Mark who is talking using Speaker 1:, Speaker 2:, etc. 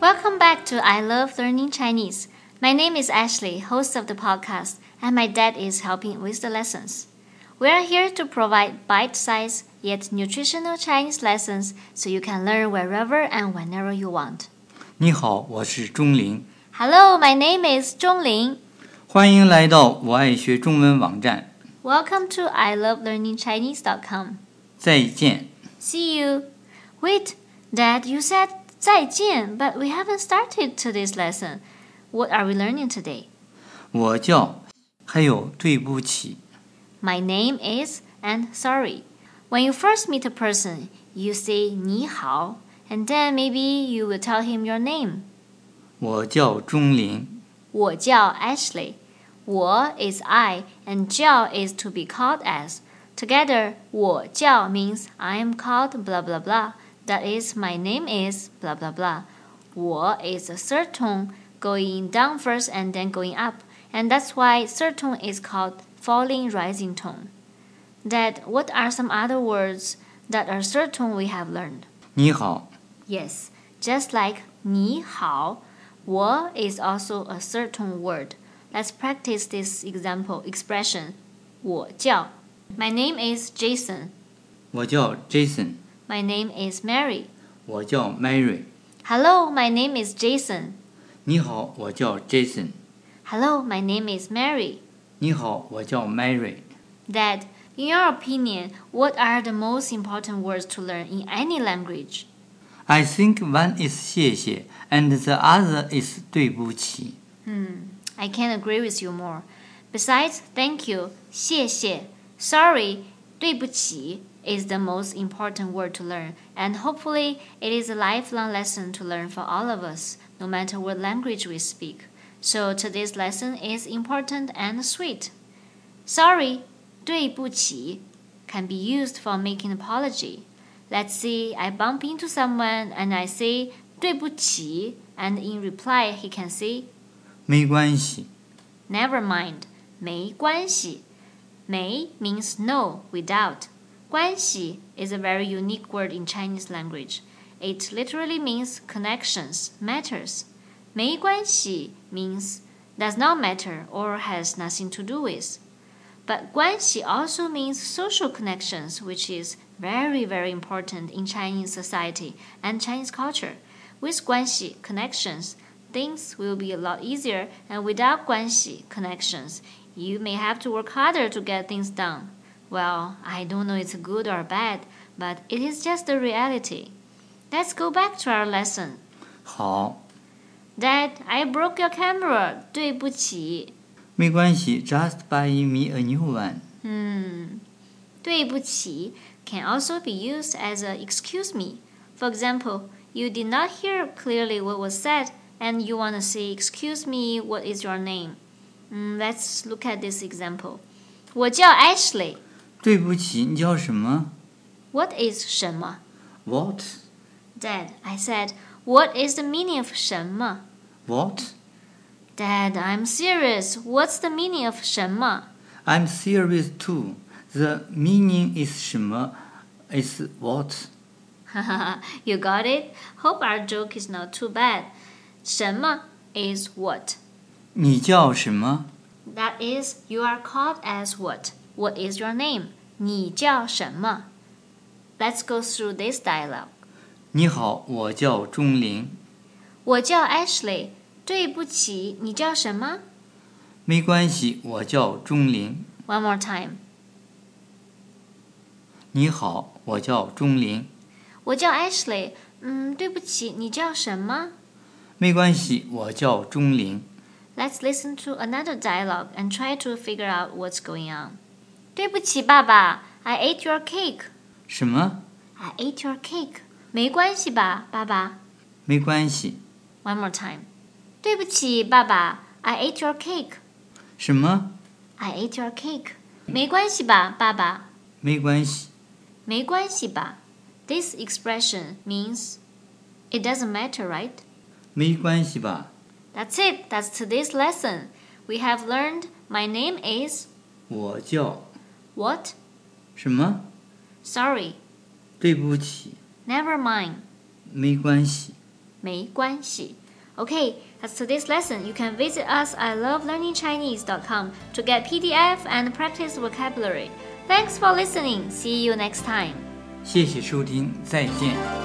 Speaker 1: Welcome back to I Love Learning Chinese. My name is Ashley, host of the podcast, and my dad is helping with the lessons. We are here to provide bite sized yet nutritional Chinese lessons so you can learn wherever and whenever you want.
Speaker 2: 你好，我是钟林，
Speaker 1: Hello, my name is Zhongling.
Speaker 2: 欢迎来到我爱学中文网站。
Speaker 1: Welcome to I Love Learning Chinese.com.
Speaker 2: 再见。
Speaker 1: See you. Wait, Dad, you said 再见, but we haven't started today's lesson. What are we learning today?
Speaker 2: 我叫，还有对不起，
Speaker 1: My name is and sorry. When you first meet a person, you say 你好, and then maybe you will tell him your name.
Speaker 2: 我叫钟林，
Speaker 1: 我叫 Ashley. 我 is I and 叫 is to be called as. Together, 我叫 means I am called blah blah blah. That is my name is blah blah blah. 我 is a third tone going down first and then going up. And that's why third tone is called falling rising tone. That what are some other words that are third tone we have learned?
Speaker 2: 你好，
Speaker 1: Yes, just like 你好,我 is also a third tone word. Let's practice this example expression. 我叫. My name is Jason.
Speaker 2: 我叫 Jason，
Speaker 1: My name is Mary.
Speaker 2: 我叫 Mary。
Speaker 1: Hello, my name is Jason.
Speaker 2: 你好，我叫 Jason。
Speaker 1: Hello, my name is Mary.
Speaker 2: 你好，我叫 Mary。
Speaker 1: Dad, in your opinion, what are the most important words to learn in any language?
Speaker 2: I think one is 谢谢，and the other is 对不起。
Speaker 1: Hmm, I can agree with you more. Besides, thank you, 谢谢, sorry, 对不起 is the most important word to learn, and hopefully it is a lifelong lesson to learn for all of us, no matter what language we speak. So today's lesson is important and sweet. Sorry, 对不起 can be used for making apology. Let's see, I bump into someone and I say 对不起, and in reply he can say
Speaker 2: 没关系，
Speaker 1: Never mind. 没关系.没 means no, without. 关系 is a very unique word in Chinese language. It literally means connections, matters. 没关系 means does not matter or has nothing to do with. But 关系 also means social connections, which is very, very important in Chinese society and Chinese culture. With 关系 connections, things will be a lot easier, and without guanxi connections, you may have to work harder to get things done. Well, I don't know it's good or bad, but it is just the reality. Let's go back to our lesson.
Speaker 2: 好，
Speaker 1: Dad, I broke your camera. 对不起.
Speaker 2: 没关系，just buy me a new one。
Speaker 1: Hmm. 对不起 can also be used as a excuse me. For example, you did not hear clearly what was said and you want to say, excuse me, what is your name? Mm, let's look at this example. 我叫 Ashley.
Speaker 2: 对不起，你叫什么
Speaker 1: What is 什么?
Speaker 2: ？What?
Speaker 1: Dad, I said, what is the meaning of 什么?
Speaker 2: What?
Speaker 1: Dad, I'm serious. What's the meaning of 什么?
Speaker 2: I'm serious too. The meaning is 什么 is what?
Speaker 1: you got it? Hope our joke is not too bad. 什么 is what?
Speaker 2: 你叫什么？
Speaker 1: That is, you are called as what? What is your name? 你叫什么? Let's go through this dialogue.
Speaker 2: 你好，我叫钟林。
Speaker 1: 我叫 Ashley. 对不起，你叫什么？
Speaker 2: 没关系，我叫钟林。
Speaker 1: One more time.
Speaker 2: 你好，我叫钟林。
Speaker 1: 我叫 Ashley. 嗯，对不起，你叫什么？
Speaker 2: 没关系，我叫钟林。
Speaker 1: Let's listen to another dialogue and try to figure out what's going on. 对不起，爸爸。I ate your cake.
Speaker 2: 什么？
Speaker 1: I ate your cake. 没关系吧，爸爸。
Speaker 2: 没关系。
Speaker 1: One more time. 对不起，爸爸。I ate your cake.
Speaker 2: 什么？
Speaker 1: I ate your cake. 没关系吧，爸爸。
Speaker 2: 没关系。
Speaker 1: 没关系吧。This expression means it doesn't matter, right?
Speaker 2: 没关系吧？
Speaker 1: That's it. That's today's lesson. We have learned my name is
Speaker 2: 我叫
Speaker 1: what?
Speaker 2: 什么？
Speaker 1: Sorry.
Speaker 2: 对不起，
Speaker 1: Never mind.
Speaker 2: 没关系。
Speaker 1: 没关系. Okay, that's today's lesson. You can visit us at lovelearningchinese.com to get PDF and practice vocabulary. Thanks for listening. See you next time.
Speaker 2: 谢谢收听，再见。